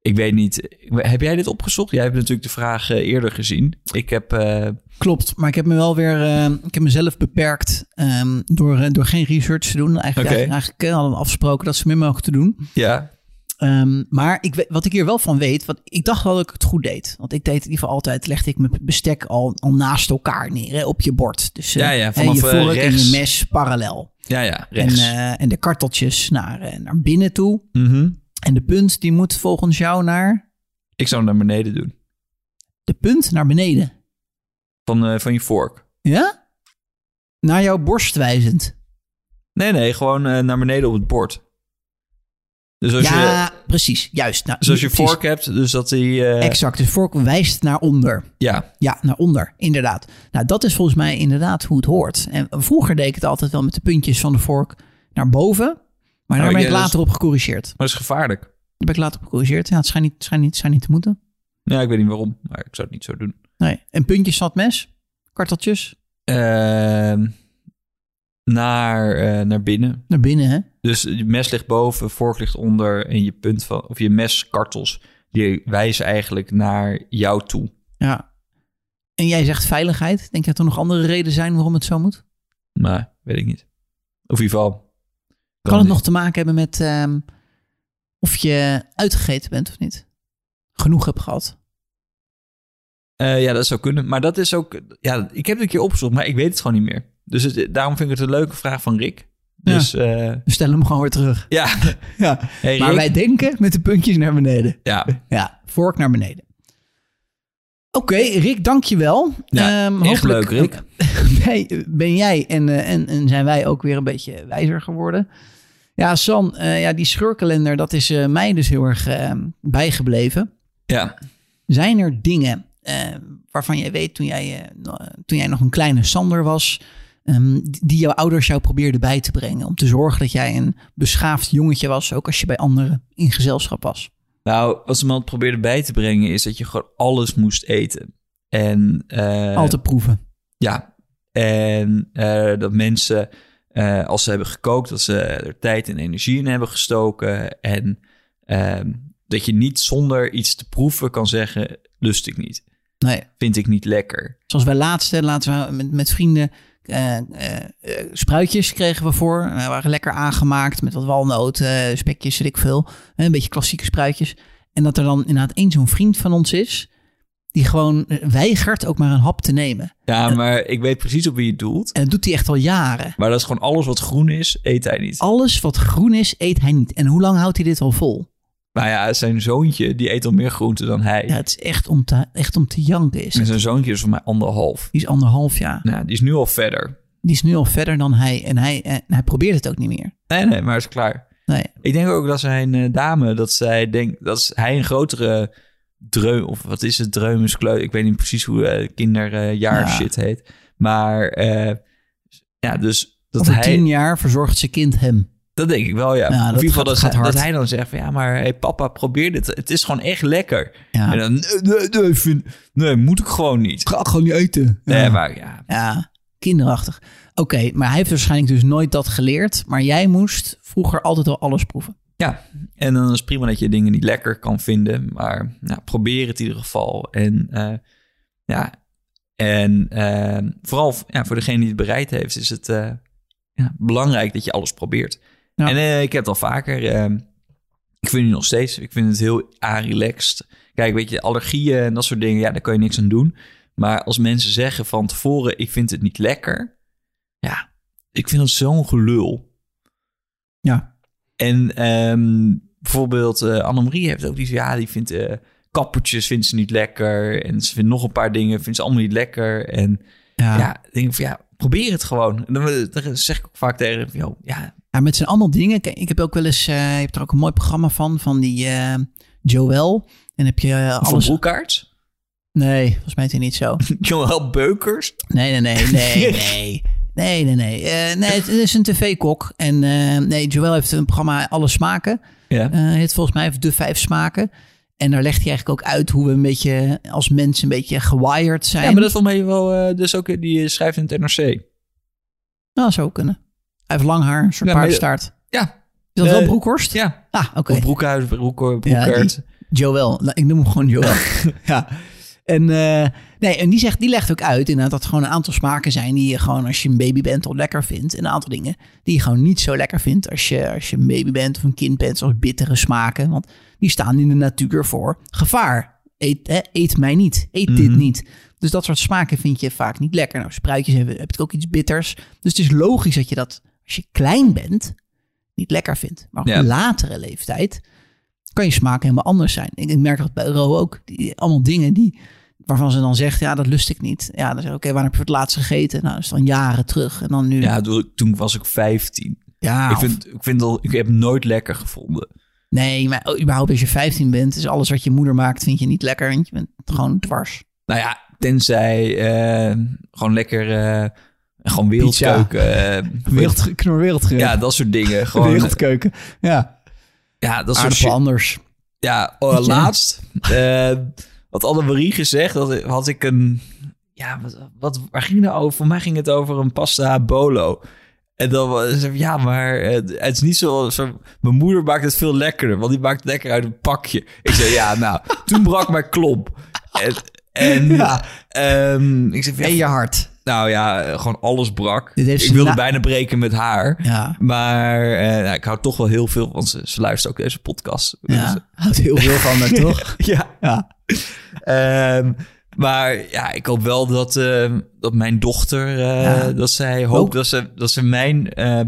ik weet niet. Heb jij dit opgezocht? Jij hebt natuurlijk de vraag eh, eerder gezien. Ik heb... eh, Klopt, maar ik heb me wel weer, ehm, ik heb mezelf beperkt ehm, door, eh, door geen research te doen. Eigenlijk, Oké. eigenlijk, eigenlijk, eh, hadden we afgesproken dat ze meer mogen te doen. ja, Ehm, maar ik, weet- wat ik hier wel van weet, wat, ik dacht wel dat ik het goed deed. Want ik deed in ieder geval altijd, legde ik mijn bestek al, al naast elkaar neer hè, op je bord. Dus eh, Ja, ja, hè, vanaf, je eh, vork en rechts. je mes parallel. ja, ja. En, Rechts. eh, en de karteltjes naar, eh, naar binnen toe. Mhm. En de punt die moet volgens jou naar... Ik zou hem naar beneden doen. De punt naar beneden. Van, eh, van je vork. Ja? Naar jouw borst wijzend. Nee, nee, gewoon eh, naar beneden op het bord. Dus als ja, je, precies. Juist. Nou, dus als je precies. vork hebt, dus dat die... eh, Exact. De vork wijst naar onder. ja, Ja, naar onder, inderdaad. Nou, dat is volgens mij inderdaad hoe het hoort. En vroeger deed ik het altijd wel met de puntjes van de vork naar boven. Maar daar ik ben ik denk dat later op gecorrigeerd. Daar maar dat is gevaarlijk. ben ik later op gecorrigeerd. Ja, het schijnt niet, schijnt niet, schijnt niet te moeten. Ja, ik weet niet waarom, maar ik zou het niet zo doen. Nee. En puntjes zat mes, karteltjes, Ehm, naar, eh, naar binnen. naar binnen, hè? Dus je mes ligt boven, vork ligt onder en je punt van... Of je meskartels, die wijzen eigenlijk naar jou toe. Ja. En jij zegt veiligheid. Denk je dat er nog andere redenen zijn waarom het zo moet? Maar weet ik niet. Of in ieder geval... Kan het nog te maken hebben met ehm, of je uitgegeten bent of niet? Genoeg hebt gehad. Eh, ja, dat zou kunnen. Maar dat is ook... Ja, ik heb het een keer opgezocht, maar ik weet het gewoon niet meer. Dus het- daarom vind ik het een leuke vraag van Rick. Dus eh, We stellen hem gewoon weer terug. ja. Ja. Hey, Maar Rick. wij denken met de puntjes naar beneden. ja. Ja, vork naar beneden. Oké, Rick, dankjewel. Ja, Ehm, echt hopelijk- leuk, Rick. Bij- Ben jij en, eh, en, en zijn wij ook weer een beetje wijzer geworden. Ja, San, eh, ja, die scheurkalender, dat is eh, mij dus heel erg eh, bijgebleven. ja. Zijn er dingen eh, waarvan jij weet toen jij, eh, no- toen jij nog een kleine Sander was... eh, ehm, die- die jouw ouders jou probeerden bij te brengen. Om te zorgen dat jij een beschaafd jongetje was, ook als je bij anderen in gezelschap was. Nou, wat ze me altijd probeerden bij te brengen is dat je gewoon alles moest eten. En, eh, Altijd proeven. Ja. En eh, dat mensen, eh, als ze hebben gekookt, dat ze er tijd en energie in hebben gestoken. En ehm, dat je niet zonder iets te proeven kan zeggen, lust ik niet. Nee. Vind ik niet lekker. Zoals wij laatst, hè, laatst waren we met, met vrienden eh, eh, eh, spruitjes kregen we voor. En die waren lekker aangemaakt met wat walnoten, eh, spekjes, weet ik veel. Hè, Een beetje klassieke spruitjes. En dat er dan inderdaad één zo'n vriend van ons is... die gewoon eh, weigert ook maar een hap te nemen. Ja, maar ik weet precies op wie je doelt. En dat doet hij echt al jaren. Maar dat is gewoon alles wat groen is, eet hij niet. Alles wat groen is, eet hij niet. En hoe lang houdt hij dit al vol? Nou ja, zijn zoontje, die eet al meer groente dan hij. Ja, het is echt om te, echt om te janken. Is. En het. zijn zoontje is voor mij anderhalf. Die is anderhalf jaar. Nou, die is nu al verder. Die is nu al verder dan hij. En hij, en hij probeert het ook niet meer. Nee, nee, maar is klaar. Nee. Ik denk ook dat zijn eh, dame, dat zij denkt dat is- hij een grotere dreum, of wat is het, dreum is kleu- Ik weet niet precies hoe eh kinderjaar Ja. shit heet. Maar eh, ja, dus dat Over hij, tien jaar verzorgt zijn kind hem. dat denk ik wel, Ja, ja. Of in dat ieder geval gaat- dat, gaat hij- dat hard. hij dan zegt van ja, maar hey, papa, probeer dit. Het is gewoon echt lekker. Ja. En dan, nee, nee, nee, vind, nee, moet ik gewoon niet. Ga gewoon niet eten. Nee, maar ja. Ja, kinderachtig. Oké, maar hij heeft waarschijnlijk dus nooit dat geleerd. Maar jij moest vroeger altijd al alles proeven. Ja, en dan is het prima dat je dingen niet lekker kan vinden, maar nou, probeer het in ieder geval. En eh, ja, en eh, vooral ja, voor degene die het bereid heeft, is het eh, ja, belangrijk dat je alles probeert. Ja. En eh, ik heb het al vaker, eh, ik vind het nog steeds, ik vind het heel relaxed. Kijk, weet je, allergieën en dat soort dingen, ja, daar kan je niks aan doen. Maar als mensen zeggen van tevoren, ik vind het niet lekker, ja, ik vind dat zo'n gelul. Ja. En ehm, bijvoorbeeld eh Annemarie heeft ook die... Ja, die vindt eh kappertjes vindt ze niet lekker. En ze vindt nog een paar dingen vindt ze allemaal niet lekker. En ja, Ja. ik denk van ja, probeer het gewoon. En dan, dan zeg ik ook vaak tegen hem... van, joh, Ja, Ja, met zijn allemaal dingen. Kijk, ik heb ook wel eens, eh, je hebt er ook een mooi programma van, van die eh, Joël. En heb je eh, van alles... Broekaerts, Nee, volgens mij is het niet zo. Joël Beukers. Nee, nee, nee, nee, nee. Nee, nee, nee. Eh, nee, het is een tv-kok. En eh, nee, Joël heeft een programma Alle Smaken. Ja. Eh, heet volgens mij De Vijf Smaken. En daar legt hij eigenlijk ook uit hoe we een beetje als mensen een beetje gewired zijn. ja, maar dat vond mij wel... eh, dus ook, eh, die schrijft in het NRC. Nou, zou kunnen. Hij heeft lang haar, een soort Ja, maar- paardenstaart. Is Ja, dat wel Eh, Broekhorst? ja. Ah, oké. Of Broekhuis, Broeker, Ja, die- Broekert. Joël. Nou, Ik noem hem gewoon Joël. ja. En, eh, nee, en die, zegt, die legt ook uit inderdaad dat er gewoon een aantal smaken zijn die je gewoon als je een baby bent al lekker vindt. En een aantal dingen die je gewoon niet zo lekker vindt als je, als je een baby bent of een kind bent. Zoals bittere smaken. Want die staan in de natuur voor gevaar. Eet, hè, eet mij niet. Eet dit niet. Dus dat soort smaken vind je vaak niet lekker. Nou, spruitjes hebben, heb ik ook iets bitters. Dus het is logisch dat je dat als je klein bent niet lekker vindt. Maar op Ja. een latere leeftijd kan je smaak helemaal anders zijn. Ik ik merk dat bij Ro ook. Die, allemaal dingen die, waarvan ze dan zegt, ja, dat lust ik niet. Ja, dan zeg ik, oké, waar heb je voor het laatst gegeten? Nou, dat is dan jaren terug. En dan nu, Ja, toen- toen was ik 15. ja, ik, of- vind, ik, vind al, ik heb het nooit lekker gevonden. nee, maar oh, überhaupt als je 15 bent, is alles wat je moeder maakt, vind je niet lekker. Want je bent gewoon dwars. Nou ja, tenzij eh, gewoon lekker eh, gewoon wild Pizza. koken. eh, knor wereldgeur. ja, dat soort dingen. Gewoon, wereldkeuken. Ja, ja, dat soort aardappel shit. anders. Ja, oh, Ja. laatst. eh had Annemarie gezegd, dat had ik een... Ja, wat, wat, waar ging het nou over? Voor mij ging het over een pasta bolo. En dan was ze, ja, maar eh, het is niet zo, zo... Mijn moeder maakt het veel lekkerder, want die maakt het lekker uit een pakje. Ik zei, ja, nou, toen brak mijn klomp. En, en Ja. ehm, ik zei, van, ja, En je hart. Nou ja, eh, gewoon alles brak. Dit heeft ik ze wilde na- bijna breken met haar. Ja. Maar eh, nou, ik hou toch wel heel veel, want ze, ze luistert ook deze podcast. Dus- Ja, houdt heel veel van haar, toch? ja. Ja. Ehm, maar ja, ik hoop wel dat, eh, dat mijn dochter, eh, Ja. dat zij hoopt Ook- dat ze, dat ze mijn eh,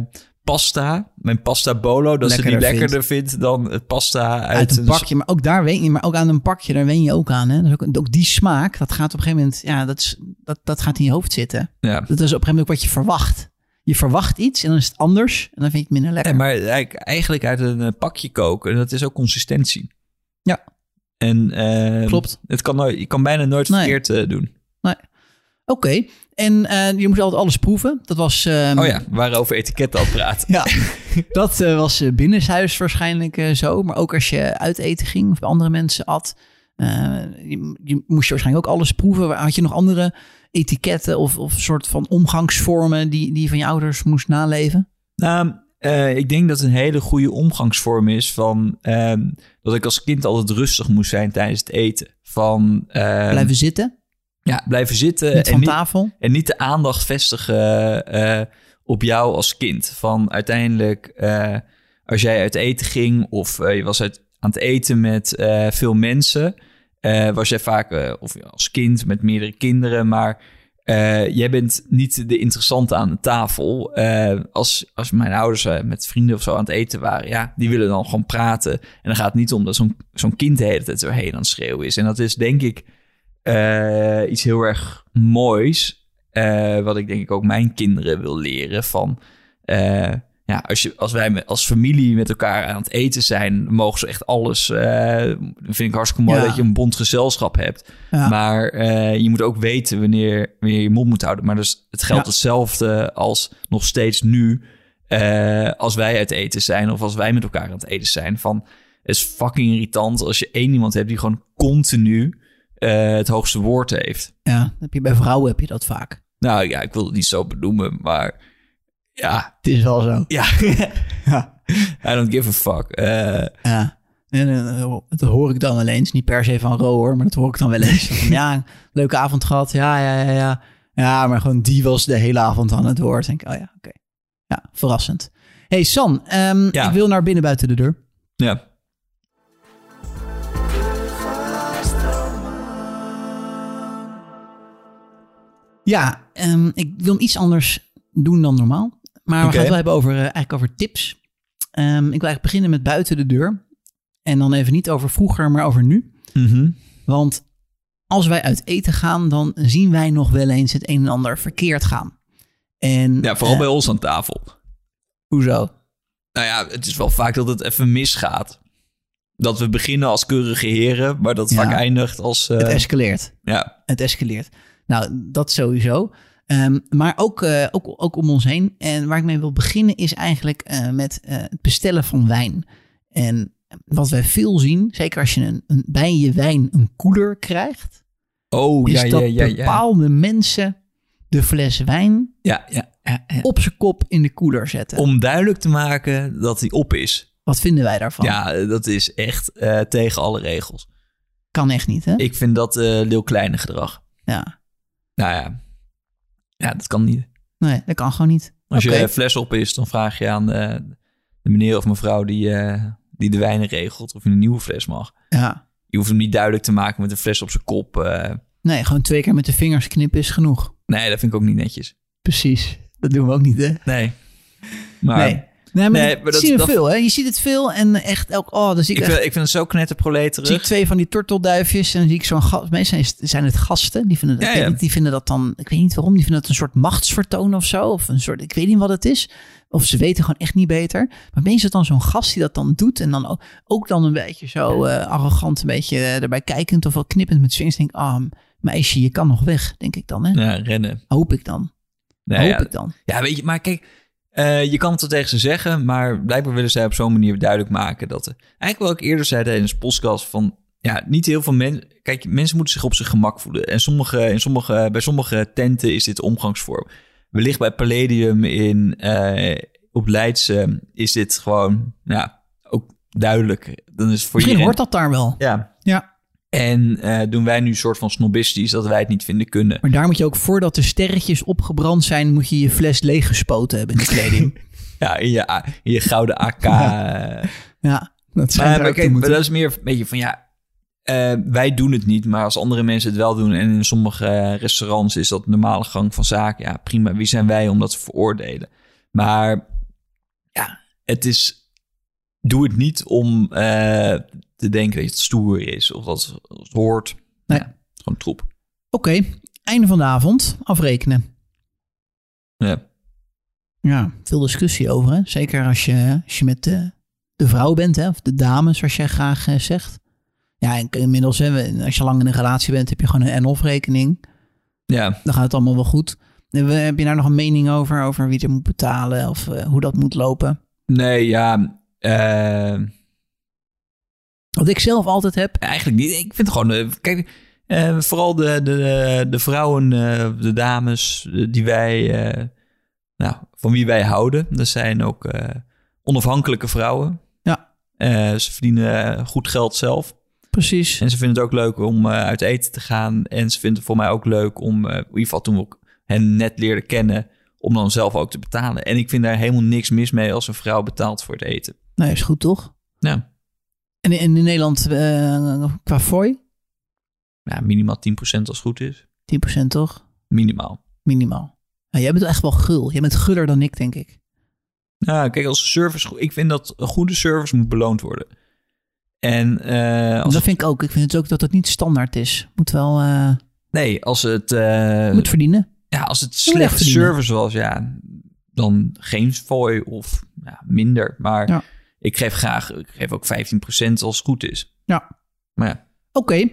pasta, mijn pasta bolo, dat ze die Lekkerder lekkerder vindt, dan het pasta uit, Uit een pakje, maar ook daar wen je, maar ook aan een pakje, daar wen je ook aan. Hè? Dat is ook, ook die smaak, dat gaat op een gegeven moment, ja, dat, is, dat, dat gaat in je hoofd zitten. Dat Ja. is op een gegeven moment ook wat je verwacht. Je verwacht iets en dan is het anders en dan vind je het minder lekker. Nee, Eh, maar eigenlijk- eigenlijk uit een eh, pakje koken, dat is ook consistentie. Ja. En, ehm, Klopt. Het kan, nooit- je kan bijna nooit Nee. verkeerd eh, doen. Oké, en eh, je moest altijd alles proeven. Dat was... ehm, Oh ja, we waren over etiketten aan het praten. Ja, dat eh, was eh, binnenshuis waarschijnlijk eh, zo. Maar ook als je uit eten ging of bij andere mensen at, eh, je, je moest je waarschijnlijk ook alles proeven. Had je nog andere etiketten of, of soort van omgangsvormen die, die je van je ouders moest naleven? Nou, eh, ik denk dat een hele goede omgangsvorm is van ehm, dat ik als kind altijd rustig moest zijn tijdens het eten. Van eh, Blijven zitten, ja, blijven zitten niet en, van niet, tafel. en niet de aandacht vestigen eh, op jou als kind. Van uiteindelijk, eh, als jij uit eten ging of eh, je was uit, aan het eten met eh, veel mensen, eh, was jij vaak eh, of als kind met meerdere kinderen, maar eh, jij bent niet de interessante aan de tafel. Eh, als, als mijn ouders eh, met vrienden of zo aan het eten waren, ja, die willen dan gewoon praten. En dan gaat het niet om dat zo'n zo'n kind de hele tijd doorheen aan het schreeuwen is. En dat is denk ik eh, iets heel erg moois. eh, wat ik denk ik ook mijn kinderen wil leren van. eh, ja, als, je, als wij met, als familie met elkaar aan het eten zijn, mogen ze echt alles. eh vind ik hartstikke mooi Ja. dat je een bond gezelschap hebt. Ja. Maar eh, je moet ook weten wanneer, wanneer je je mond moet houden. Maar dus het geldt Ja. hetzelfde als nog steeds nu. eh, als wij uit eten zijn of als wij met elkaar aan het eten zijn. Van, het is fucking irritant als je één iemand hebt die gewoon continu eh, het hoogste woord heeft. Ja, dat heb je, bij vrouwen heb je dat vaak. Nou ja, ik wil het niet zo benoemen, maar ja, Het is wel zo. ja. I don't give a fuck. Eh, Ja. En, eh, dat hoor ik dan wel eens. Niet per se van Ro hoor, maar dat hoor ik dan wel eens. Van, ja, leuke avond gehad. Ja, ja, ja, ja. Ja, maar gewoon die was de hele avond aan het woord. Denk ik, oh ja, oké. Ja, verrassend. hey San, ehm, Ja. ik wil naar binnen buiten de deur. ja. Ja, ehm, ik wil hem iets anders doen dan normaal. Maar we gaan Oké. het wel hebben over, eh, eigenlijk over tips. Ehm, ik wil eigenlijk beginnen met buiten de deur. En dan even niet over vroeger, maar over nu. Mhm. Want als wij uit eten gaan, dan zien wij nog wel eens het een en ander verkeerd gaan. En ja, vooral eh, bij ons aan tafel. hoezo? Nou ja, het is wel vaak dat het even misgaat. Dat we beginnen als keurige heren, maar dat het Ja. vaak eindigt als... eh, Het escaleert. ja. Het escaleert. Nou, dat sowieso. Ehm, maar ook, eh, ook, ook om ons heen. En waar ik mee wil beginnen is eigenlijk eh, met eh, het bestellen van wijn. En wat wij veel zien, zeker als je een, een, bij je wijn een koeler krijgt, Oh, is ja, ja, dat ja, ja. bepaalde mensen de fles wijn Ja, ja, ja, ja. op zijn kop in de koeler zetten. Om duidelijk te maken dat hij op is. Wat vinden wij daarvan? Ja, dat is echt eh, tegen alle regels. Kan echt niet, hè? Ik vind dat eh heel kleine gedrag. Ja, Nou ja. ja, dat kan niet. nee, dat kan gewoon niet. Als Oké. je fles op is, dan vraag je aan eh, de meneer of mevrouw die, eh, die de wijnen regelt of je een nieuwe fles mag. Ja. Je hoeft hem niet duidelijk te maken met een fles op zijn kop. eh. Nee, gewoon twee keer met de vingers knippen is genoeg. nee, dat vind ik ook niet netjes. Precies. Dat doen we ook niet, hè? Nee. Maar nee. Nee, maar, Nou, Nee, dat, maar dat- zie je dat- veel, hè? Je ziet het veel en echt elk... Oh, dan zie ik, ik, echt, vind, ik vind het zo knetterproleterig. zie ik twee van die tortelduifjes en dan zie ik zo'n gast... Meestal is- zijn het gasten. Die vinden, dat, Ja, ik weet ja. niet, die vinden dat dan... Ik weet niet waarom. Die vinden dat een soort machtsvertoon of zo. Of een soort... Ik weet niet wat het is. Of ze weten gewoon echt niet beter. Maar meestal dan zo'n gast die dat dan doet. En dan ook, ook dan een beetje zo eh, arrogant, een beetje eh, erbij kijkend. Of wel knippend met vingers. denk ik, ah, meisje, je kan nog weg. Denk ik dan, hè? Ja, rennen. Hoop ik dan. Nee, Hoop ja, ik dan. Ja, weet je, maar kijk, eh, je kan het wel tegen ze zeggen, maar blijkbaar willen zij op zo'n manier duidelijk maken dat. eh, eigenlijk wat ik eerder zei tijdens de podcast van. Ja, niet heel veel mensen. Kijk, mensen moeten zich op zijn gemak voelen. En sommige, in sommige, bij sommige tenten is dit omgangsvorm. Wellicht bij Palladium in, eh, op Leidse is dit gewoon ja, ook duidelijk. Dan is het Misschien voor iedereen- hoort dat daar wel. Ja. Ja. En eh, doen wij nu een soort van snobistisch dat wij het niet vinden kunnen. Maar daar moet je ook, voordat de sterretjes opgebrand zijn, moet je je fles leeggespoten hebben in de kleding. Ja, in je, A- in je gouden AK. eh, ja, dat zou Maar, er maar ook toe kijk, maar moeten. dat is meer een beetje van ja. eh, wij doen het niet, maar als andere mensen het wel doen en in sommige eh, restaurants is dat normale gang van zaken. Ja, prima. Wie zijn wij om dat te veroordelen? Maar ja, het is. Doe het niet om eh, te denken dat het stoer is of dat het hoort. Nee. Ja, gewoon troep. Oké, einde van de avond. Afrekenen. Ja. Ja, veel discussie over, hè? Zeker als je, als je met de, de vrouw bent, hè? Of de dame, zoals jij graag eh, zegt. Ja, en inmiddels, hè, we- als je lang in een relatie bent, heb je gewoon een en-of rekening. Ja. Dan gaat het allemaal wel goed. En we- Heb je daar nog een mening over? Over wie er moet betalen of eh, hoe dat moet lopen? Nee, ja. eh, Wat ik zelf altijd heb. eigenlijk niet. Ik vind gewoon... eh, kijk, eh, vooral de, de, de vrouwen, eh, de dames eh, die wij... eh, nou, van wie wij houden. Dat zijn ook eh, onafhankelijke vrouwen. Ja. Eh, ze verdienen eh, goed geld zelf. Precies. En ze vinden het ook leuk om eh, uit eten te gaan. En ze vinden het voor mij ook leuk om, eh, in ieder geval toen we ook hen net leerden kennen, om dan zelf ook te betalen. En ik vind daar helemaal niks mis mee als een vrouw betaalt voor het eten. Nou, is goed toch? Ja, En, en in Nederland eh, qua fooi? ja minimaal 10% als het goed is. 10% toch? Minimaal. Minimaal. Nou, jij bent echt wel gul. Jij bent guller dan ik, denk ik. Nou, kijk, als service, go- ik vind dat een goede service moet beloond worden. En eh, als, Dat vind ik ook. Ik vind het ook dat het niet standaard is. Moet wel eh, nee, als het, eh, moet verdienen. ja, als het moet echt slechte verdienen. service was, ja, dan geen fooi of ja, minder. Maar Ja. ik geef graag, ik geef ook 15% als het goed is. Ja. Maar ja. Oké.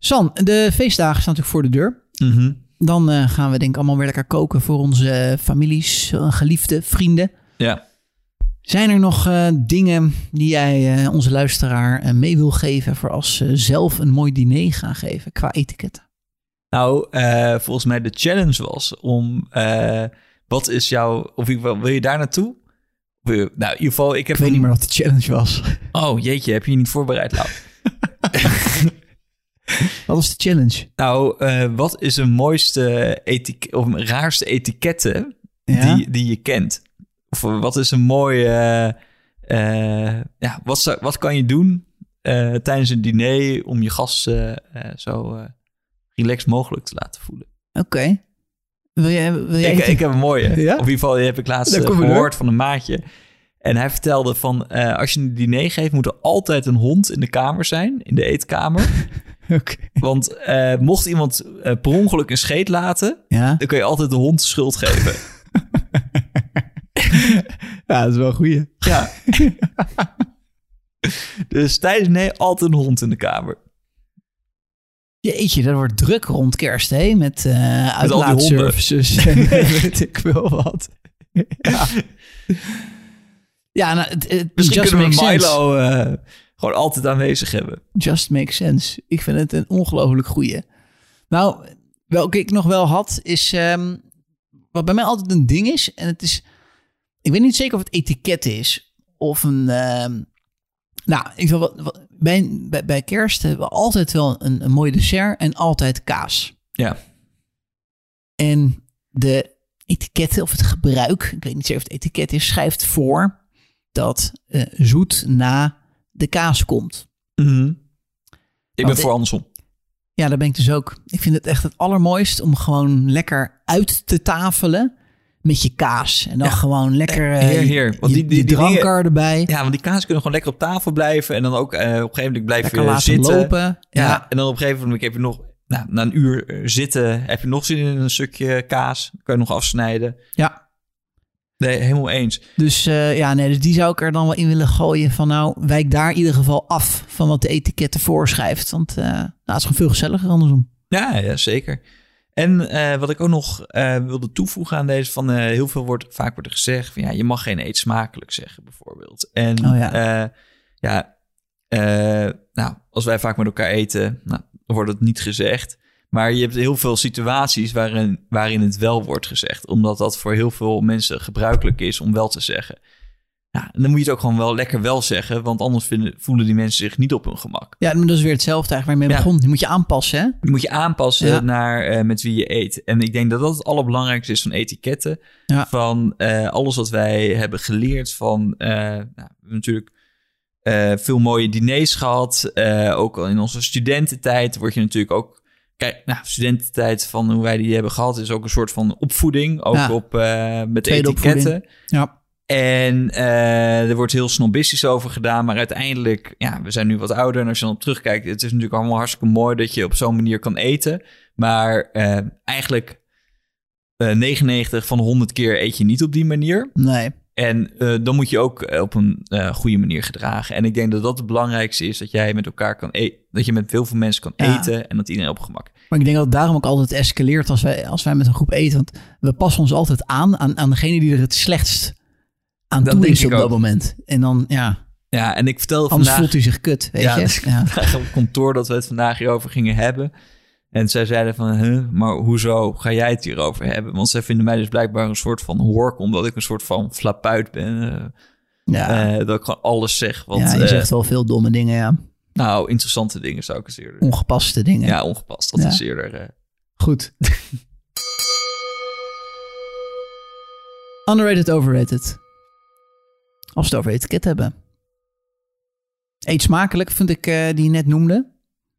San, de feestdagen staan natuurlijk voor de deur. Mhm. Dan eh, gaan we denk ik allemaal weer lekker koken voor onze eh, families, eh, geliefden, vrienden. Ja. Zijn er nog eh, dingen die jij eh, onze luisteraar eh, mee wil geven voor als ze zelf een mooi diner gaan geven qua etiketten? Nou, eh, volgens mij de challenge was om, eh, wat is jouw, of ik, wil je daar naartoe? Wil je- Nou, in ieder geval, ik heb Ik weet niet meer wat de challenge was. Oh, jeetje, heb je je niet voorbereid, Nou, Lau? Wat was de challenge? nou, eh, wat is een mooiste etik of een raarste etiketten Ja? die, die je kent? Of eh, wat is een mooie, eh, eh, ja, wat, zou- wat kan je doen eh, tijdens een diner om je gast eh, eh, zo eh, relaxed mogelijk te laten voelen? Oké. Wil jij, wil jij Ik, eten? ik heb een mooie. Ja? Of in ieder geval die heb ik laatst Daar eh, kom je gehoord van een maatje. En hij vertelde van, eh, als je een diner geeft, moet er altijd een hond in de kamer zijn, in de eetkamer. Oké. Want eh, mocht iemand eh, per ongeluk een scheet laten, Ja? dan kun je altijd de hond de schuld geven. ja, dat is wel een goeie. ja. dus tijdens nee, altijd een hond in de kamer. Jeetje, dat wordt druk rond kerst, hè? Met eh Met al die honden. uitlaatservices en weet ik veel wat. ja. ja, nou, het, het Misschien just kunnen we makes sense. Milo eh, gewoon altijd aanwezig hebben. Just makes sense. Ik vind het een ongelooflijk goeie. Nou, welke ik nog wel had, is ehm, wat bij mij altijd een ding is. En het is, ik weet niet zeker of het etiket is of een. ehm, nou, ik wil wat, wat- bij, bij, bij kerst hebben we altijd wel een, een mooi dessert en altijd kaas. Ja. En de etiketten of het gebruik, ik weet niet zeker of het etiket is, schrijft voor dat eh, zoet na de kaas komt. Mhm. Ik ben Want voor andersom. Ja, daar ben ik dus ook. Ik vind het echt het allermooist om gewoon lekker uit te tafelen met je kaas. En dan gewoon lekker eh, Heer, heer. Want je, die- die- je die drankkar erbij. Ja, want die kaas kunnen gewoon lekker op tafel blijven. En dan ook eh, op een gegeven moment blijf lekker je laten zitten. lopen. Ja. Ja. en dan op een gegeven moment heb je nog... Nou, na een uur eh, zitten heb je nog zin in een stukje kaas. Kun je nog afsnijden. Ja. Nee, helemaal eens. Dus eh, ja, nee, dus die zou ik er dan wel in willen gooien van nou, wijk daar in ieder geval af van wat de etiket voorschrijft. Want eh nou, het is gewoon veel gezelliger andersom. Ja, ja zeker. En eh, wat ik ook nog eh, wilde toevoegen aan deze, van eh, heel veel wordt vaak wordt er gezegd van ja, je mag geen eet smakelijk zeggen bijvoorbeeld. En Oh ja, ja eh, nou, als wij vaak met elkaar eten, nou, dan wordt het niet gezegd. Maar je hebt heel veel situaties waarin, waarin het wel wordt gezegd, omdat dat voor heel veel mensen gebruikelijk is om wel te zeggen. Ja, en dan moet je het ook gewoon wel lekker wel zeggen, want anders vinden, voelen die mensen zich niet op hun gemak. Ja, maar dat is weer hetzelfde eigenlijk waar je mee Ja. begon. Die moet je aanpassen, hè? Je moet je aanpassen Ja. naar eh, met wie je eet. En ik denk dat dat het allerbelangrijkste is van etiketten. Ja. Van eh, alles wat wij hebben geleerd van... eh, nou, we hebben natuurlijk eh, veel mooie diners gehad. Eh, ook al in onze studententijd word je natuurlijk ook... Kijk, nou, studententijd van hoe wij die hebben gehad... is ook een soort van opvoeding. Ook Ja. op, eh, met Tweede etiketten. opvoeding. Ja. En eh, er wordt heel snobistisch over gedaan, maar uiteindelijk, ja, we zijn nu wat ouder. En als je dan op terugkijkt, het is natuurlijk allemaal hartstikke mooi dat je op zo'n manier kan eten. Maar eh, eigenlijk eh 99 van de 100 keer eet je niet op die manier. Nee. En eh, dan moet je ook eh, op een eh, goede manier gedragen. En ik denk dat dat het belangrijkste is: dat jij met elkaar kan eten. Dat je met heel veel mensen kan Ja. eten en dat iedereen op gemak. Maar ik denk dat het daarom ook altijd escaleert als wij, als wij met een groep eten. Want we passen ons altijd aan aan, aan degene die er het slechtst aan Dat toe denk is op ik dat ook. moment. En dan, ja, Ja, en ik vertelde anders vandaag voelt hij zich kut, weet Ja, je. dus- Ja. op kantoor dat we het vandaag hierover gingen hebben. En zij zeiden van, huh, maar hoezo ga jij het hierover hebben? Want zij vinden mij dus blijkbaar een soort van hork, omdat ik een soort van flapuit ben. eh, Ja. eh, dat ik gewoon alles zeg. Wat, ja, je eh, zegt wel veel domme dingen, ja. nou, interessante dingen zou ik eens eerder... Ongepaste dingen. Ja, ongepast. Dat Ja. is eerder... eh, Goed. Underrated, overrated. Als we het over etiket hebben. Eet smakelijk, vind ik, eh, die je net noemde.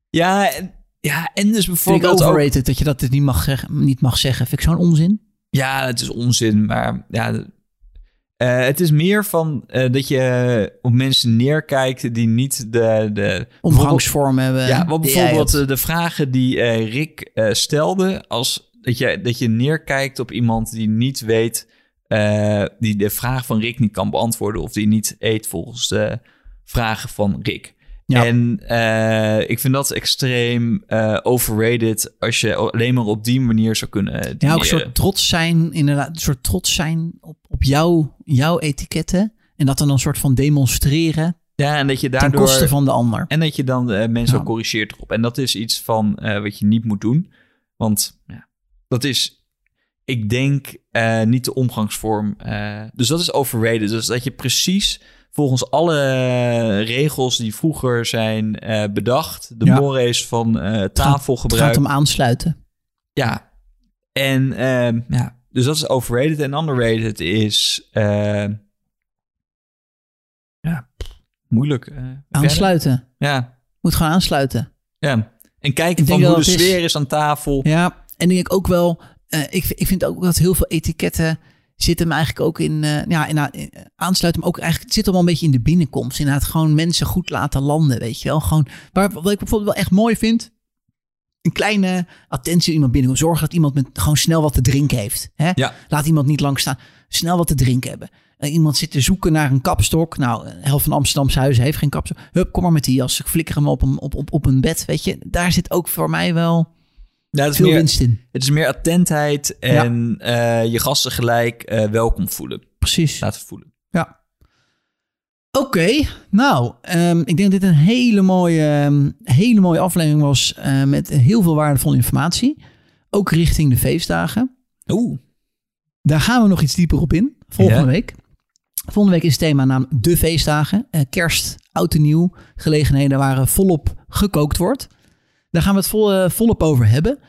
ja, en, ja, en Vind ik dus bijvoorbeeld ook... overrated, dat je dat niet mag, zeggen, niet mag zeggen. Vind ik zo'n onzin. Ja, het is onzin, maar ja... eh, het is meer van eh, dat je op mensen neerkijkt die niet de... de Omgangsvorm hebben. Ja, wat Ehm, die jij bijvoorbeeld hebt. eh, de vragen die eh, Rick eh, stelde, als dat je, dat je neerkijkt op iemand die niet weet, eh, die de vraag van Rick niet kan beantwoorden of die niet eet volgens de vragen van Rick. Ja. En eh, ik vind dat extreem eh, overrated als je alleen maar op die manier zou kunnen eh, ja, ook dineren. een soort trots zijn, inderdaad. Een soort trots zijn op, op jouw, jouw etiketten. En dat dan een soort van demonstreren Ja, en dat je ten daardoor... koste van de ander. En dat je dan eh, mensen Ja. ook corrigeert erop. En dat is iets van eh, wat je niet moet doen. Want ja, dat is, ik denk, eh, niet de omgangsvorm. eh, dus dat is overrated. Dus dat je precies volgens alle eh, regels die vroeger zijn eh, bedacht... de Ja. mores van eh Het gaat tafelgebruik... om aansluiten. Ja. En ehm, ja, dus dat is overrated. En underrated is... eh, ja, moeilijk. eh, verder. Aansluiten. Ja, Moet gewoon aansluiten. ja. En kijken Ik van denk hoe dat de dat is. sfeer is. aan tafel. Ja, en denk ik ook wel. eh, ik, ik vind ook dat heel veel etiketten zitten hem eigenlijk ook in. eh, ja, in, in- aansluiten, maar ook eigenlijk. Het zit allemaal een beetje in de binnenkomst. Inderdaad, gewoon mensen goed laten landen. Weet je wel. Gewoon. Waar, wat ik bijvoorbeeld wel echt mooi vind. Een kleine attentie iemand binnenkomt. Zorg dat iemand met, gewoon snel wat te drinken heeft. Hè? Ja. Laat iemand niet lang staan. Snel wat te drinken hebben. Eh, iemand zit te zoeken naar een kapstok. Nou, de helft van Amsterdamse huizen heeft geen kapstok. Hup, kom maar met die jas. Ik flikker hem op, een- op, op, op een bed. Weet je, daar zit ook voor mij wel Ja, het, is veel meer, winst in. het is meer attentheid en eh, je gasten gelijk eh, welkom voelen. Precies. Laten voelen. Ja. Oké, nou, ehm, ik denk dat dit een hele mooie, ehm, hele mooie aflevering was eh, met heel veel waardevolle informatie. Ook richting de feestdagen. Oeh. Daar gaan we nog iets dieper op in volgende Ja. week. Volgende week is het thema namelijk de feestdagen. Eh, kerst, oud en nieuw, gelegenheden waar eh, volop gekookt wordt. Daar gaan we het vol, eh, volop over hebben.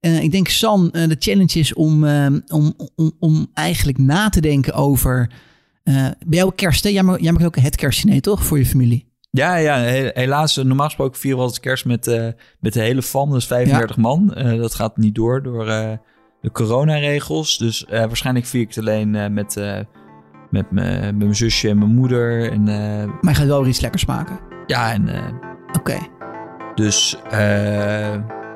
Eh, ik denk, San, eh, de challenge is om, eh, om, om, om eigenlijk na te denken over... eh, bij jou kerst, hè? Jij, ma- jij maakt ook het kerstdiner, toch? Voor je familie. Ja, ja he- helaas. eh, Normaal gesproken vieren we altijd kerst met, eh, met de hele fam. Dus 35 man. Eh, dat gaat niet door door eh, de coronaregels. Dus eh, waarschijnlijk vier ik het alleen eh, met, eh, met, me- met mijn zusje en mijn moeder. En, eh, Maar je gaat wel weer iets lekkers maken. ja, en eh, Oké. dus eh,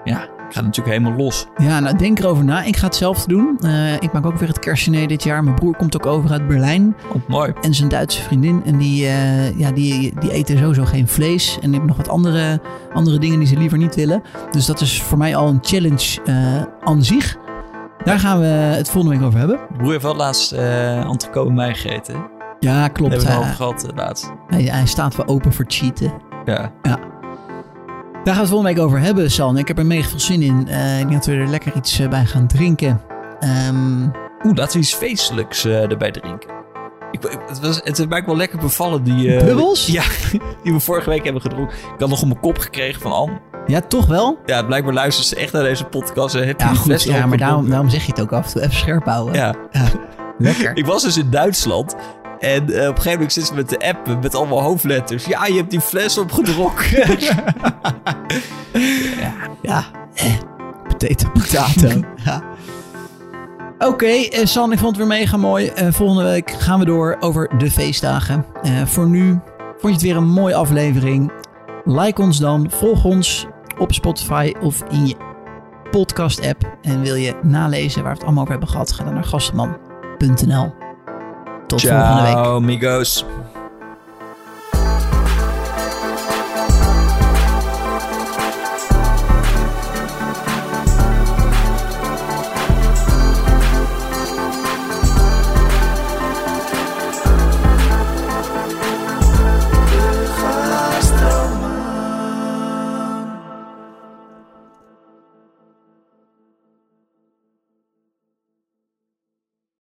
ja, ik ga natuurlijk helemaal los. Ja, nou denk erover na. Ik ga hetzelfde doen. Eh, ik maak ook weer het kerstdiner dit jaar. Mijn broer komt ook over uit Berlijn. Oh, mooi. en zijn Duitse vriendin. En die, eh, ja, die, die eten sowieso geen vlees. En hebben nog wat andere, andere dingen die ze liever niet willen. Dus dat is voor mij al een challenge eh, aan zich. Daar gaan we het volgende week over hebben. Broer heeft wel laatst eh entrecote bij mij gegeten. hè? Daar Ja, hebben klopt. we het Hij, over gehad eh, laatst. hij, hij staat wel open voor cheaten. Ja. Daar gaan we het volgende week over hebben, San. Ik heb er mega veel zin in. Eh, ik denk dat we er lekker iets eh, bij gaan drinken. Ehm, Oeh, laten we iets feestelijks eh, erbij drinken. Ik, ik- het, was, het is mij ook wel lekker bevallen, die... eh, Bubbels? Ja, die we vorige week hebben gedronken. Ik had nog op mijn kop gekregen van Anne. ja, toch wel? Ja, blijkbaar luisteren ze echt naar deze podcast. en heb je Ja, die goed. fles Ja, erop maar daarom, gedronken. daarom zeg je het ook af en toe. Even scherp houden. Ja, Lekker. ik was dus in Duitsland. En eh, op een gegeven moment zitten ze met de app met allemaal hoofdletters. Ja, je hebt die fles opgedronken. Ja. Potato, potato. ja. Oké, eh, San, ik vond het weer mega mooi. Eh, volgende week gaan we door over de feestdagen. Eh, voor nu vond je het weer een mooie aflevering. Like ons dan, volg ons op Spotify of in je podcast-app. En wil je nalezen waar we het allemaal over hebben gehad, ga dan naar gastenman.nl. Tot Ciao, volgende week. amigos.